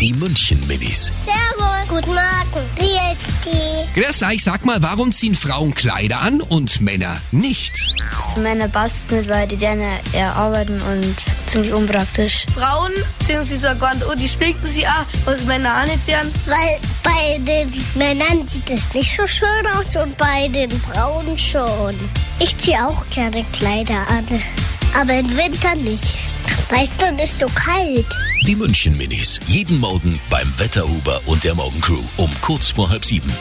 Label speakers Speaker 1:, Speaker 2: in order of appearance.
Speaker 1: Die München Minis.
Speaker 2: Servus. Guten Morgen. Wie ist die?
Speaker 1: Grüß euch, sag mal, warum ziehen Frauen Kleider an und Männer nicht?
Speaker 3: Also Männer basteln nicht, weil die gerne eher arbeiten und ziemlich unpraktisch.
Speaker 4: Frauen ziehen sie sogar an, oh, die schminken sie an, was Männer auch nicht gern.
Speaker 2: Weil bei den Männern sieht es nicht so schön aus und bei den Frauen schon. Ich ziehe auch gerne Kleider an, aber im Winter nicht. Weißt du, es ist so kalt.
Speaker 1: Die München Minis. Jeden Morgen beim Wetterhuber und der Morgencrew um kurz vor halb sieben.